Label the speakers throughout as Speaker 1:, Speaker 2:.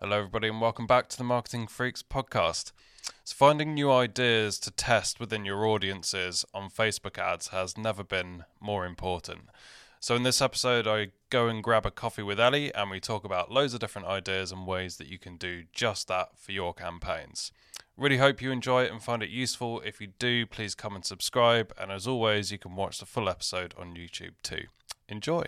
Speaker 1: Hello, everybody, and welcome back to the Marketing Freaks podcast. So, finding new ideas to test within your audiences on Facebook ads has never been more important. So, in this episode, I go and grab a coffee with Ellie, and we talk about loads of different ideas and ways that you can do just that for your campaigns. Really hope you enjoy it and find it useful. If you do, please come and subscribe. And as always, you can watch the full episode on YouTube too. Enjoy.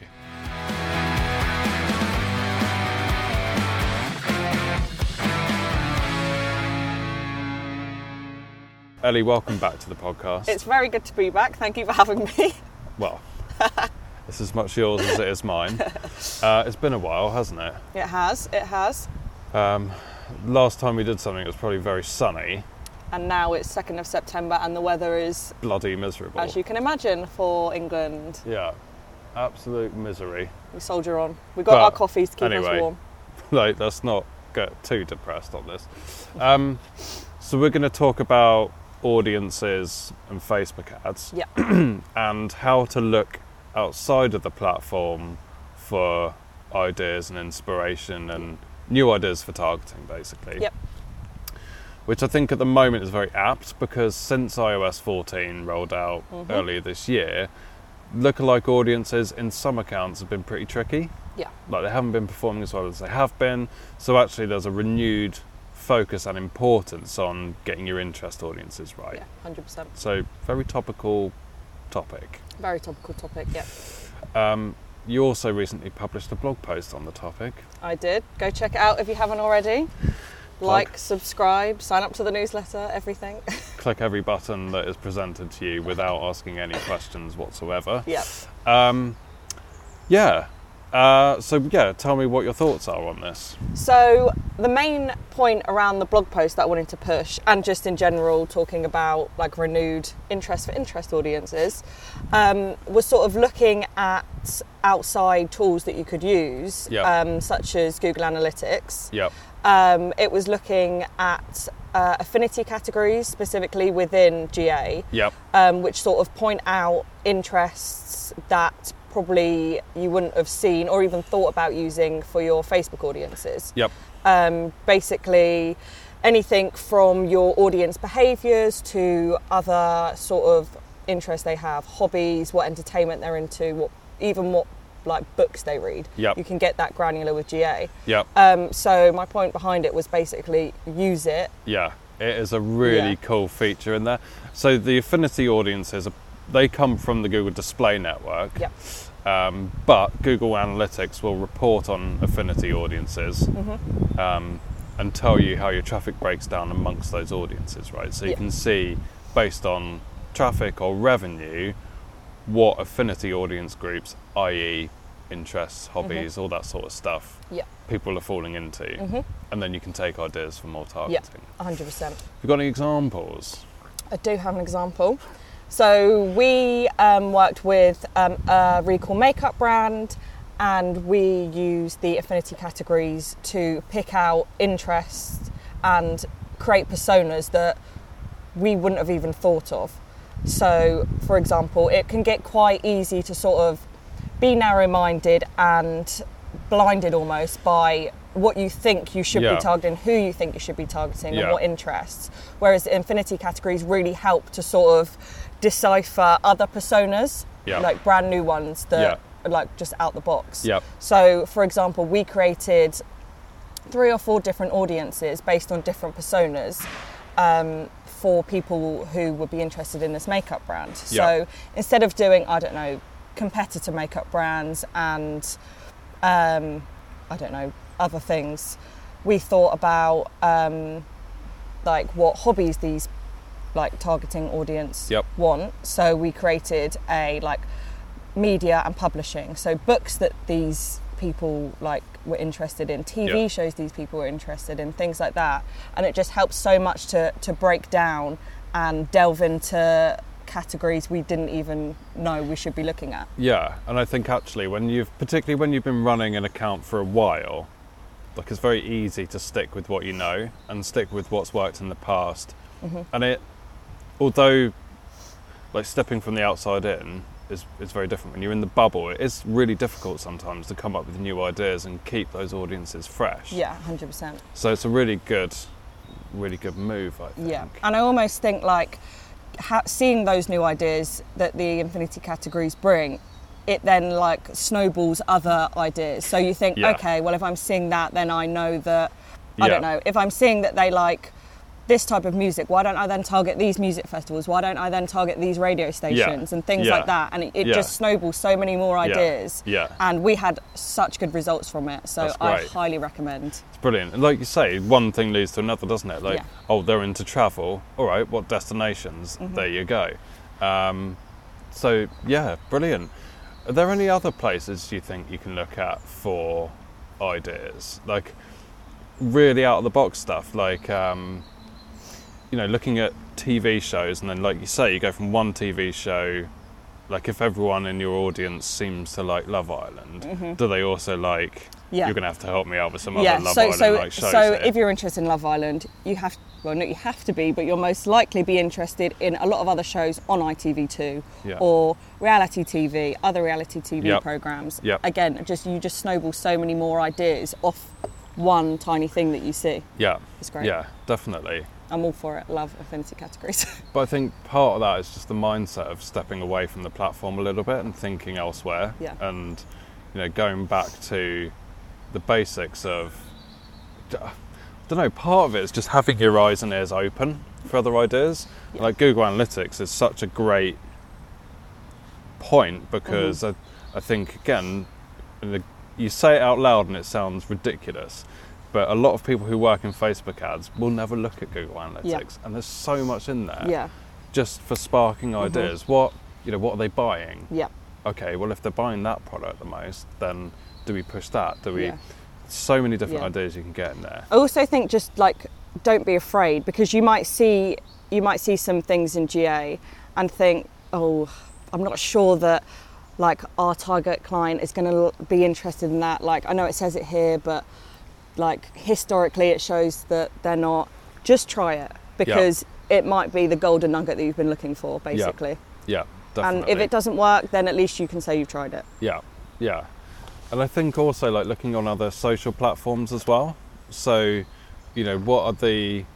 Speaker 1: Ellie, welcome back to the podcast.
Speaker 2: It's very good to be back. Thank you for having me.
Speaker 1: well, it's as much yours as it is mine. Uh, it's been a while, hasn't it?
Speaker 2: It has, it has.
Speaker 1: Um, last time we did something, it was probably very sunny,
Speaker 2: And now it's 2nd of September and the weather is,
Speaker 1: bloody miserable.
Speaker 2: as you can imagine, for England.
Speaker 1: yeah, absolute misery.
Speaker 2: We soldier on. We got
Speaker 1: Well,
Speaker 2: our coffees to keep
Speaker 1: anyway.
Speaker 2: us warm.
Speaker 1: like, let's not get too depressed on this. Um, so we're going to talk about audiences and Facebook ads.
Speaker 2: Yeah.
Speaker 1: and how to look outside of the platform for ideas and inspiration and new ideas for targeting, basically.
Speaker 2: Yep.
Speaker 1: Which I think at the moment is very apt because since iOS 14 rolled out
Speaker 2: Mm-hmm.
Speaker 1: earlier this year, lookalike audiences in some accounts have been pretty tricky.
Speaker 2: Yeah.
Speaker 1: Like they haven't been performing as well as they have been. So actually, there's a renewed focus and importance on getting your interest audiences right.
Speaker 2: Yeah, 100%.
Speaker 1: So, very topical topic.
Speaker 2: Very topical topic, yeah.
Speaker 1: Um, you also recently published a blog post on the topic.
Speaker 2: I did. Go check it out if you haven't already. Like, subscribe, sign up to the newsletter, everything.
Speaker 1: Click every button that is presented to you without asking any questions whatsoever.
Speaker 2: yeah.
Speaker 1: Um, yeah. Uh, so yeah, tell me what your thoughts are on this.
Speaker 2: So, the main point around the blog post that I wanted to push, and just in general talking about like renewed interest for interest audiences, um, was sort of looking at outside tools that you could use,
Speaker 1: Yeah.
Speaker 2: um, such as Google Analytics.
Speaker 1: Yep.
Speaker 2: Um, it was looking at uh, affinity categories specifically within GA
Speaker 1: Yep.
Speaker 2: um, which sort of point out interests that probably you wouldn't have seen or even thought about using for your Facebook audiences.
Speaker 1: Yep.
Speaker 2: Um, basically, anything from your audience behaviours to other sort of interests they have, hobbies, what entertainment they're into, what even what like books they read.
Speaker 1: Yep.
Speaker 2: You can get that granular with GA.
Speaker 1: Yep.
Speaker 2: Um, so my point behind it was basically use it.
Speaker 1: Yeah, it is a really
Speaker 2: Yeah.
Speaker 1: cool feature in there. So the affinity audiences, are- they come from the Google Display Network.
Speaker 2: Yep.
Speaker 1: Um, but Google Analytics will report on affinity audiences
Speaker 2: Mm-hmm.
Speaker 1: um, and tell you how your traffic breaks down amongst those audiences, right? So you
Speaker 2: Yeah.
Speaker 1: can see based on traffic or revenue what affinity audience groups, i.e., interests,
Speaker 2: Mm-hmm.
Speaker 1: hobbies, all that sort of stuff,
Speaker 2: Yeah.
Speaker 1: people are falling into.
Speaker 2: Mm-hmm.
Speaker 1: And then you can take ideas for more
Speaker 2: Yeah.
Speaker 1: targeting.
Speaker 2: 100%.
Speaker 1: You got any examples?
Speaker 2: I do have an example. So we um, worked with um, a recall makeup brand, and we used the affinity categories to pick out interests and create personas that we wouldn't have even thought of. So, for example, it can get quite easy to sort of be narrow-minded and blinded almost by what you think you should
Speaker 1: Yeah.
Speaker 2: be targeting, who you think you should be targeting,
Speaker 1: Yeah.
Speaker 2: and what interests. Whereas the infinity categories really help to sort of decipher other personas,
Speaker 1: Yeah.
Speaker 2: like brand new ones that are like just out the box.
Speaker 1: Yep.
Speaker 2: So, for example, we created three or four different audiences based on different personas um, for people who would be interested in this makeup brand.
Speaker 1: Yeah.
Speaker 2: So instead of doing, I don't know, competitor makeup brands and um, I don't know, other things, we thought about um, like what hobbies these like targeting audience
Speaker 1: Yep.
Speaker 2: want. So we created a like media and publishing. So books that these people like were interested in, TV
Speaker 1: Yeah.
Speaker 2: shows these people were interested in, things like that. And it just helps so much to to break down and delve into categories we didn't even know we should be looking at.
Speaker 1: Yeah, and I think actually when you've particularly when you've been running an account for a while, like it's very easy to stick with what you know and stick with what's worked in the
Speaker 2: Mm-hmm.
Speaker 1: past. And it although like stepping from the outside in, is, is very different. When you're in the bubble, it is really difficult sometimes to come up with new ideas and keep those audiences fresh.
Speaker 2: Yeah, hundred percent.
Speaker 1: So it's a really good, really good move, I think.
Speaker 2: Yeah, and I almost think like ha- seeing those new ideas that the infinity categories bring, it then like snowballs other ideas. So you think,
Speaker 1: Yeah.
Speaker 2: okay, well if I'm seeing that, then I know that I
Speaker 1: Yeah.
Speaker 2: don't know if I'm seeing that they like this type of music. Why don't I then target these music festivals? Why don't I then target these radio stations and things
Speaker 1: Yeah.
Speaker 2: like that? And it, it
Speaker 1: Yeah.
Speaker 2: just snowballs so many more
Speaker 1: Yeah.
Speaker 2: ideas.
Speaker 1: Yeah.
Speaker 2: And we had such good results from it, so
Speaker 1: That's
Speaker 2: I
Speaker 1: great.
Speaker 2: highly recommend.
Speaker 1: It's brilliant. And like you say, one thing leads to another, doesn't it? Like,
Speaker 2: Yeah. Mm-hmm.
Speaker 1: oh, they're into travel. All right, what destinations? There you go. Um, so, yeah, brilliant. Are there any other places you think you can look at for ideas? Like, really out of the box stuff? Like, um, you know, looking at TV shows, and then, like you say, you go from one TV show. Like, if everyone in your audience seems to like Love Island, do they also like?
Speaker 2: Mm-hmm. Yeah.
Speaker 1: You're gonna have to help me out with some
Speaker 2: yeah,
Speaker 1: other Love
Speaker 2: so
Speaker 1: Island
Speaker 2: so
Speaker 1: like shows.
Speaker 2: so
Speaker 1: here.
Speaker 2: if you're interested in Love Island, you have well, not you have to be, but you'll most likely be interested in a lot of other shows on ITV2
Speaker 1: Yeah.
Speaker 2: or reality TV, other reality TV
Speaker 1: Yep.
Speaker 2: programs.
Speaker 1: Yep.
Speaker 2: Again, just you just snowball so many more ideas off one tiny thing that you see.
Speaker 1: yeah,
Speaker 2: It's great.
Speaker 1: yeah, definitely.
Speaker 2: I'm all for it. Love affinity categories.
Speaker 1: But I think part of that is just the mindset of stepping away from the platform a little bit and thinking elsewhere,
Speaker 2: Yeah.
Speaker 1: and you know, going back to the basics of. I don't know. Part of it is just having your eyes and ears open for other ideas.
Speaker 2: Yeah.
Speaker 1: Like Google Analytics is such a great point because
Speaker 2: Mm-hmm.
Speaker 1: I, I think again, the, you say it out loud and it sounds ridiculous, but a lot of people who work in Facebook ads will never look at Google Analytics, and there's so much in there
Speaker 2: yeah,
Speaker 1: just for sparking ideas. What you know, what are they buying?
Speaker 2: Mm-hmm. yeah,
Speaker 1: Okay, well if they're buying that product the most, then do we push that? Do we?
Speaker 2: yeah.
Speaker 1: So many different
Speaker 2: Yeah.
Speaker 1: ideas you can get in there.
Speaker 2: I also think just like don't be afraid because you might see you might see some things in GA and think, oh, I'm not sure that like our target client is going to be interested in that. Like I know it says it here, but like historically it shows that they're not. Just try it because it might be the golden nugget that you've been looking for, basically.
Speaker 1: Yeah,
Speaker 2: and
Speaker 1: definitely.
Speaker 2: if it doesn't work, then at least you can say you've tried it.
Speaker 1: Yeah, yeah. And I think also like looking on other social platforms as well. So, you know, what are the,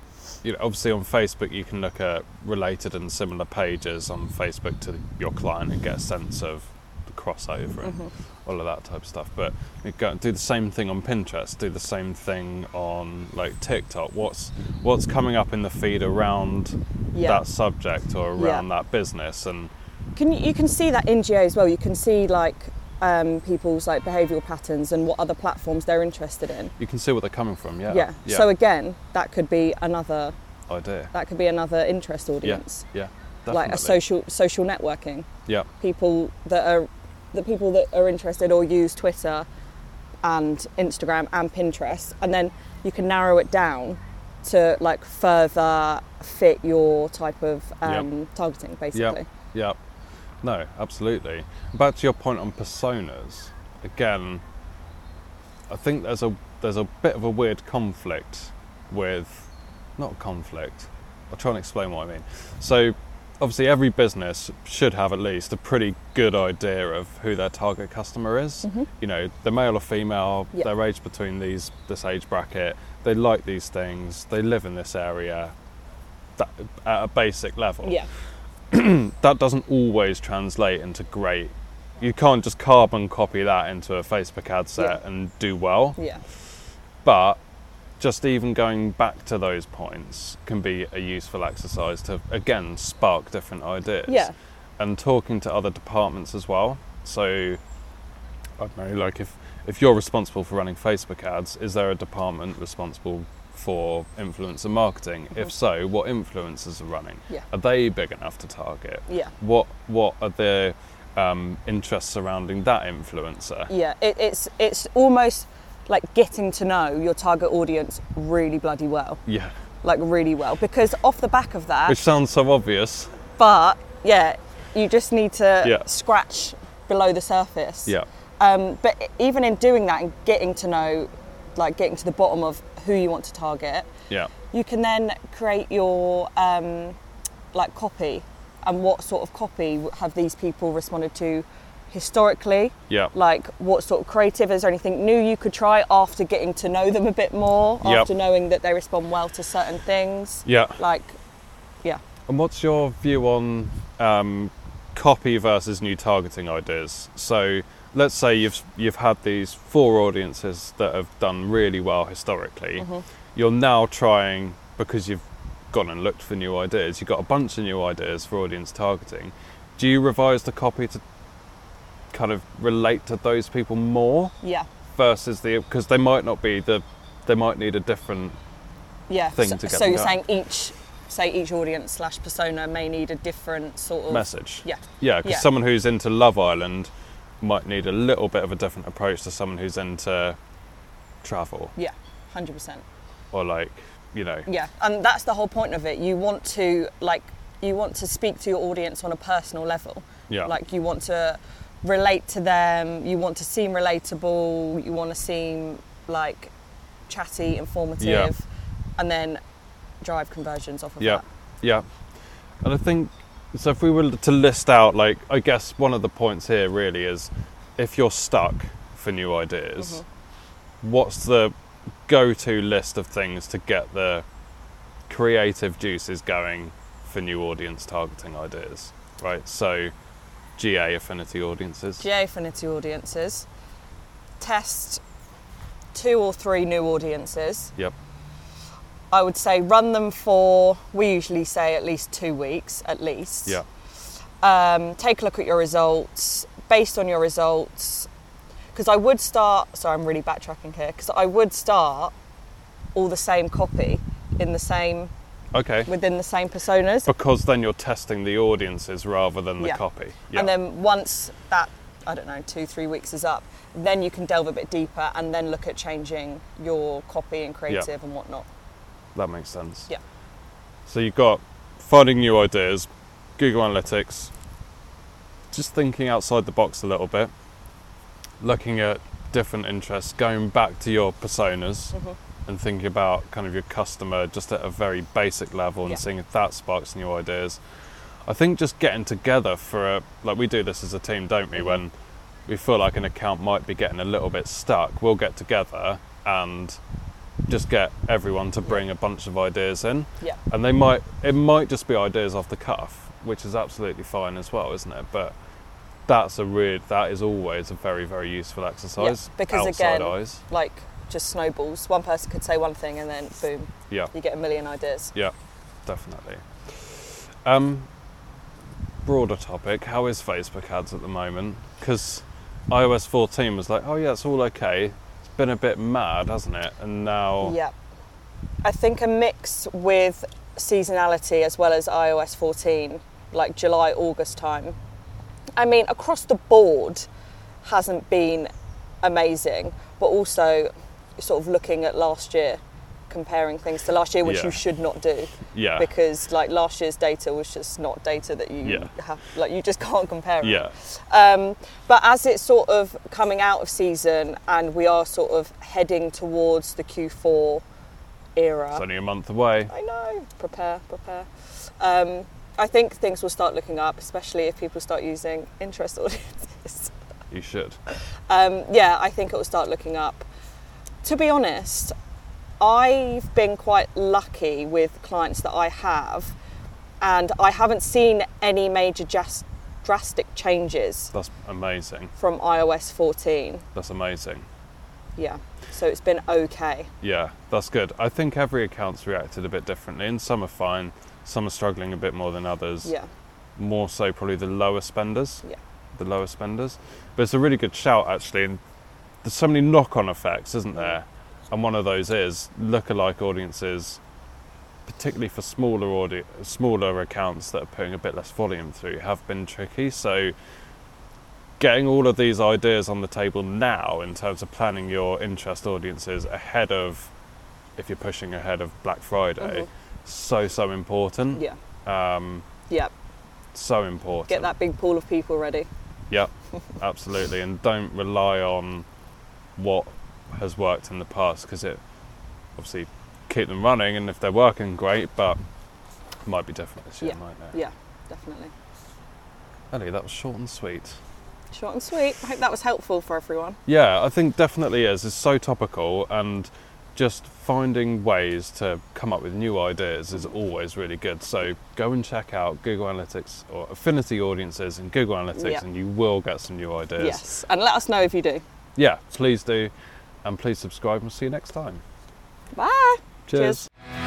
Speaker 1: you know, obviously on Facebook you can look at related and similar pages on Facebook to your client and get a sense of the crossover and
Speaker 2: Mm-hmm.
Speaker 1: all of that type of stuff. But you go and do the same thing on Pinterest, do the same thing on like TikTok. What's what's coming up in the feed around
Speaker 2: Yeah.
Speaker 1: that subject or
Speaker 2: Yeah.
Speaker 1: around that business and
Speaker 2: can you can see that in GA as well. You can see like um, people's like behavioural patterns and what other platforms they're interested in.
Speaker 1: you can see what they're coming from, yeah.
Speaker 2: Yeah. So again, that could be another
Speaker 1: idea.
Speaker 2: that could be another interest audience,
Speaker 1: Yeah, definitely.
Speaker 2: like a social social networking.
Speaker 1: Yeah,
Speaker 2: People that are the people that are interested or use Twitter and Instagram and Pinterest, and then you can narrow it down to like further fit your type of um, targeting, basically.
Speaker 1: yeah, yeah. No, absolutely. Back to your point on personas. Again, I think there's a there's a bit of a weird conflict with not conflict. I'll try and explain what I mean. So obviously every business should have at least a pretty good idea of who their target customer is. You know, they're male or female,
Speaker 2: Yeah.
Speaker 1: their age between these this age bracket, they like these things, they live in this area. That, at a basic level.
Speaker 2: Yeah.
Speaker 1: that doesn't always translate into great. You can't just carbon copy that into a Facebook ad set
Speaker 2: Yeah.
Speaker 1: and do well.
Speaker 2: Yeah.
Speaker 1: But just even going back to those points can be a useful exercise to, again, spark different ideas.
Speaker 2: Yeah.
Speaker 1: And talking to other departments as well. So, I don't know, like if, if you're responsible for running Facebook ads, is there a department responsible for influencer marketing? If so, what influencers are running?
Speaker 2: Mm-hmm. Yeah.
Speaker 1: Are they big enough to target?
Speaker 2: Yeah.
Speaker 1: What What are the um, interests surrounding that influencer?
Speaker 2: Yeah, it, it's it's almost like getting to know your target audience really bloody well,
Speaker 1: Yeah.
Speaker 2: like really well, because off the back of that,
Speaker 1: Which sounds so obvious.
Speaker 2: but yeah, you just need to
Speaker 1: Yeah.
Speaker 2: scratch below the surface.
Speaker 1: Yeah.
Speaker 2: Um, but even in doing that and getting to know, like getting to the bottom of who you want to target,
Speaker 1: Yeah.
Speaker 2: you can then create your um, like copy and what sort of copy have these people responded to historically?
Speaker 1: Yeah.
Speaker 2: Like, what sort of creative? Is there anything new you could try after getting to know them a bit more?
Speaker 1: Yep.
Speaker 2: After knowing that they respond well to certain things?
Speaker 1: Yeah.
Speaker 2: Like,
Speaker 1: And what's your view on um, copy versus new targeting ideas? So let's say you've you've had these four audiences that have done really well historically. You're now trying because you've gone and looked for new ideas. You've got a bunch of new ideas for audience targeting. Do you revise the copy to kind of relate to those people more
Speaker 2: yeah.
Speaker 1: versus the because they might not be the they might need a different
Speaker 2: yeah.
Speaker 1: thing
Speaker 2: so,
Speaker 1: to get
Speaker 2: so
Speaker 1: them
Speaker 2: you're
Speaker 1: going.
Speaker 2: saying each, say each audience slash persona may need a different sort of
Speaker 1: message.
Speaker 2: Yeah.
Speaker 1: Yeah, because
Speaker 2: Yeah.
Speaker 1: someone who's into Love Island might need a little bit of a different approach to someone who's into travel
Speaker 2: Yeah, hundred percent.
Speaker 1: or like, you know,
Speaker 2: Yeah, and that's the whole point of it. You want to like you want to speak to your audience on a personal level.
Speaker 1: yeah,
Speaker 2: Like you want to relate to them. You want to seem relatable. You want to seem like chatty,
Speaker 1: Mm.
Speaker 2: informative, and then drive conversions off of
Speaker 1: yeah,
Speaker 2: that.
Speaker 1: yeah. And I think so. If we were to list out, like, I guess one of the points here really is if you're stuck for new ideas,
Speaker 2: Mm-hmm.
Speaker 1: what's the go-to list of things to get the creative juices going for new audience targeting ideas right so ga affinity audiences
Speaker 2: GA affinity audiences test two or three new audiences.
Speaker 1: yep
Speaker 2: I would say run them for we usually say at least two weeks at least.
Speaker 1: yeah
Speaker 2: um, take a look at your results based on your results because i would start sorry i'm really backtracking here because i would start all the same copy in the same
Speaker 1: okay
Speaker 2: within the same personas
Speaker 1: because then you're testing the audiences rather than the
Speaker 2: Yeah.
Speaker 1: copy yeah
Speaker 2: and then once that i don't know two three weeks is up then you can delve a bit deeper and then look at changing your copy and creative and whatnot
Speaker 1: that makes sense
Speaker 2: Yeah.
Speaker 1: so you've got finding new ideas google analytics just thinking outside the box a little bit looking at different interests going back to your personas and thinking about kind of your customer just at a very basic level and
Speaker 2: Yeah.
Speaker 1: seeing if that sparks new ideas. I think just getting together for a like we do this as a team, don't we? When we feel like an account might be getting a little bit stuck, we'll get together and just get everyone to bring a bunch of ideas in,
Speaker 2: yeah
Speaker 1: and they might it might just be ideas off the cuff, which is absolutely fine as well, isn't it? But that's a weird that is always a very very useful exercise.
Speaker 2: because
Speaker 1: outside
Speaker 2: again-
Speaker 1: eyes.
Speaker 2: like just snowballs one person could say one thing and then boom
Speaker 1: Yeah.
Speaker 2: you get a million ideas
Speaker 1: Yeah, definitely. Um, broader topic: How is Facebook ads at the moment? Because iOS 14 was like, oh yeah, it's all okay. It's been a bit mad, hasn't it? And now,
Speaker 2: Yeah. I think a mix with seasonality as well as iOS 14, like July, August time. I mean, across the board hasn't been amazing, but also sort of looking at last year, comparing things to last year, which
Speaker 1: Yeah. Ah.
Speaker 2: you should not do
Speaker 1: yeah,
Speaker 2: because like last year's data was just not data that you
Speaker 1: Yeah.
Speaker 2: have, like you just can't compare it.
Speaker 1: yeah,
Speaker 2: Um, but as it's sort of coming out of season and we are sort of heading towards the Q4 era,
Speaker 1: it's only a month away.
Speaker 2: I know, prepare, prepare. Um, I think things will start looking up, especially if people start using interest audiences.
Speaker 1: You should.
Speaker 2: Um, yeah, I think it will start looking up. To be honest, I've been quite lucky with clients that I have, and I haven't seen any major just drastic changes
Speaker 1: That's amazing.
Speaker 2: from iOS 14.
Speaker 1: That's amazing.
Speaker 2: Yeah. So it's been okay.
Speaker 1: Yeah, that's good. I think every account's reacted a bit differently, and some are fine. Some are struggling a bit more than others.
Speaker 2: Yeah.
Speaker 1: more so probably the lower spenders.
Speaker 2: Yeah.
Speaker 1: The lower spenders. But it's a really good shout actually and there's so many knock on effects, isn't there? And one of those is lookalike audiences, particularly for smaller audi- smaller accounts that are putting a bit less volume through, have been tricky. So getting all of these ideas on the table now in terms of planning your interest audiences ahead of if you're pushing ahead of Black Friday,
Speaker 2: Mhm.
Speaker 1: so so important.
Speaker 2: Yeah.
Speaker 1: Um,
Speaker 2: Yeah.
Speaker 1: so important.
Speaker 2: Get that big pool of people ready.
Speaker 1: Yep, absolutely. And don't rely on what has worked in the past because it obviously keep them running, and if they're working, great, but it might be different this year,
Speaker 2: Yeah,
Speaker 1: mightn't it?
Speaker 2: Yeah. definitely.
Speaker 1: Ellie, that was short and sweet.
Speaker 2: Short and sweet. I hope that was helpful for everyone.
Speaker 1: Yeah, I think definitely is. It's so topical and just finding ways to come up with new ideas is always really good. So go and check out Google Analytics or Affinity Audiences in Google Analytics
Speaker 2: Yeah.
Speaker 1: and you will get some new ideas.
Speaker 2: Yes. And let us know if you do.
Speaker 1: Yeah, please do and please subscribe and we'll see you next time.
Speaker 2: Bye.
Speaker 1: Cheers.
Speaker 2: Cheers.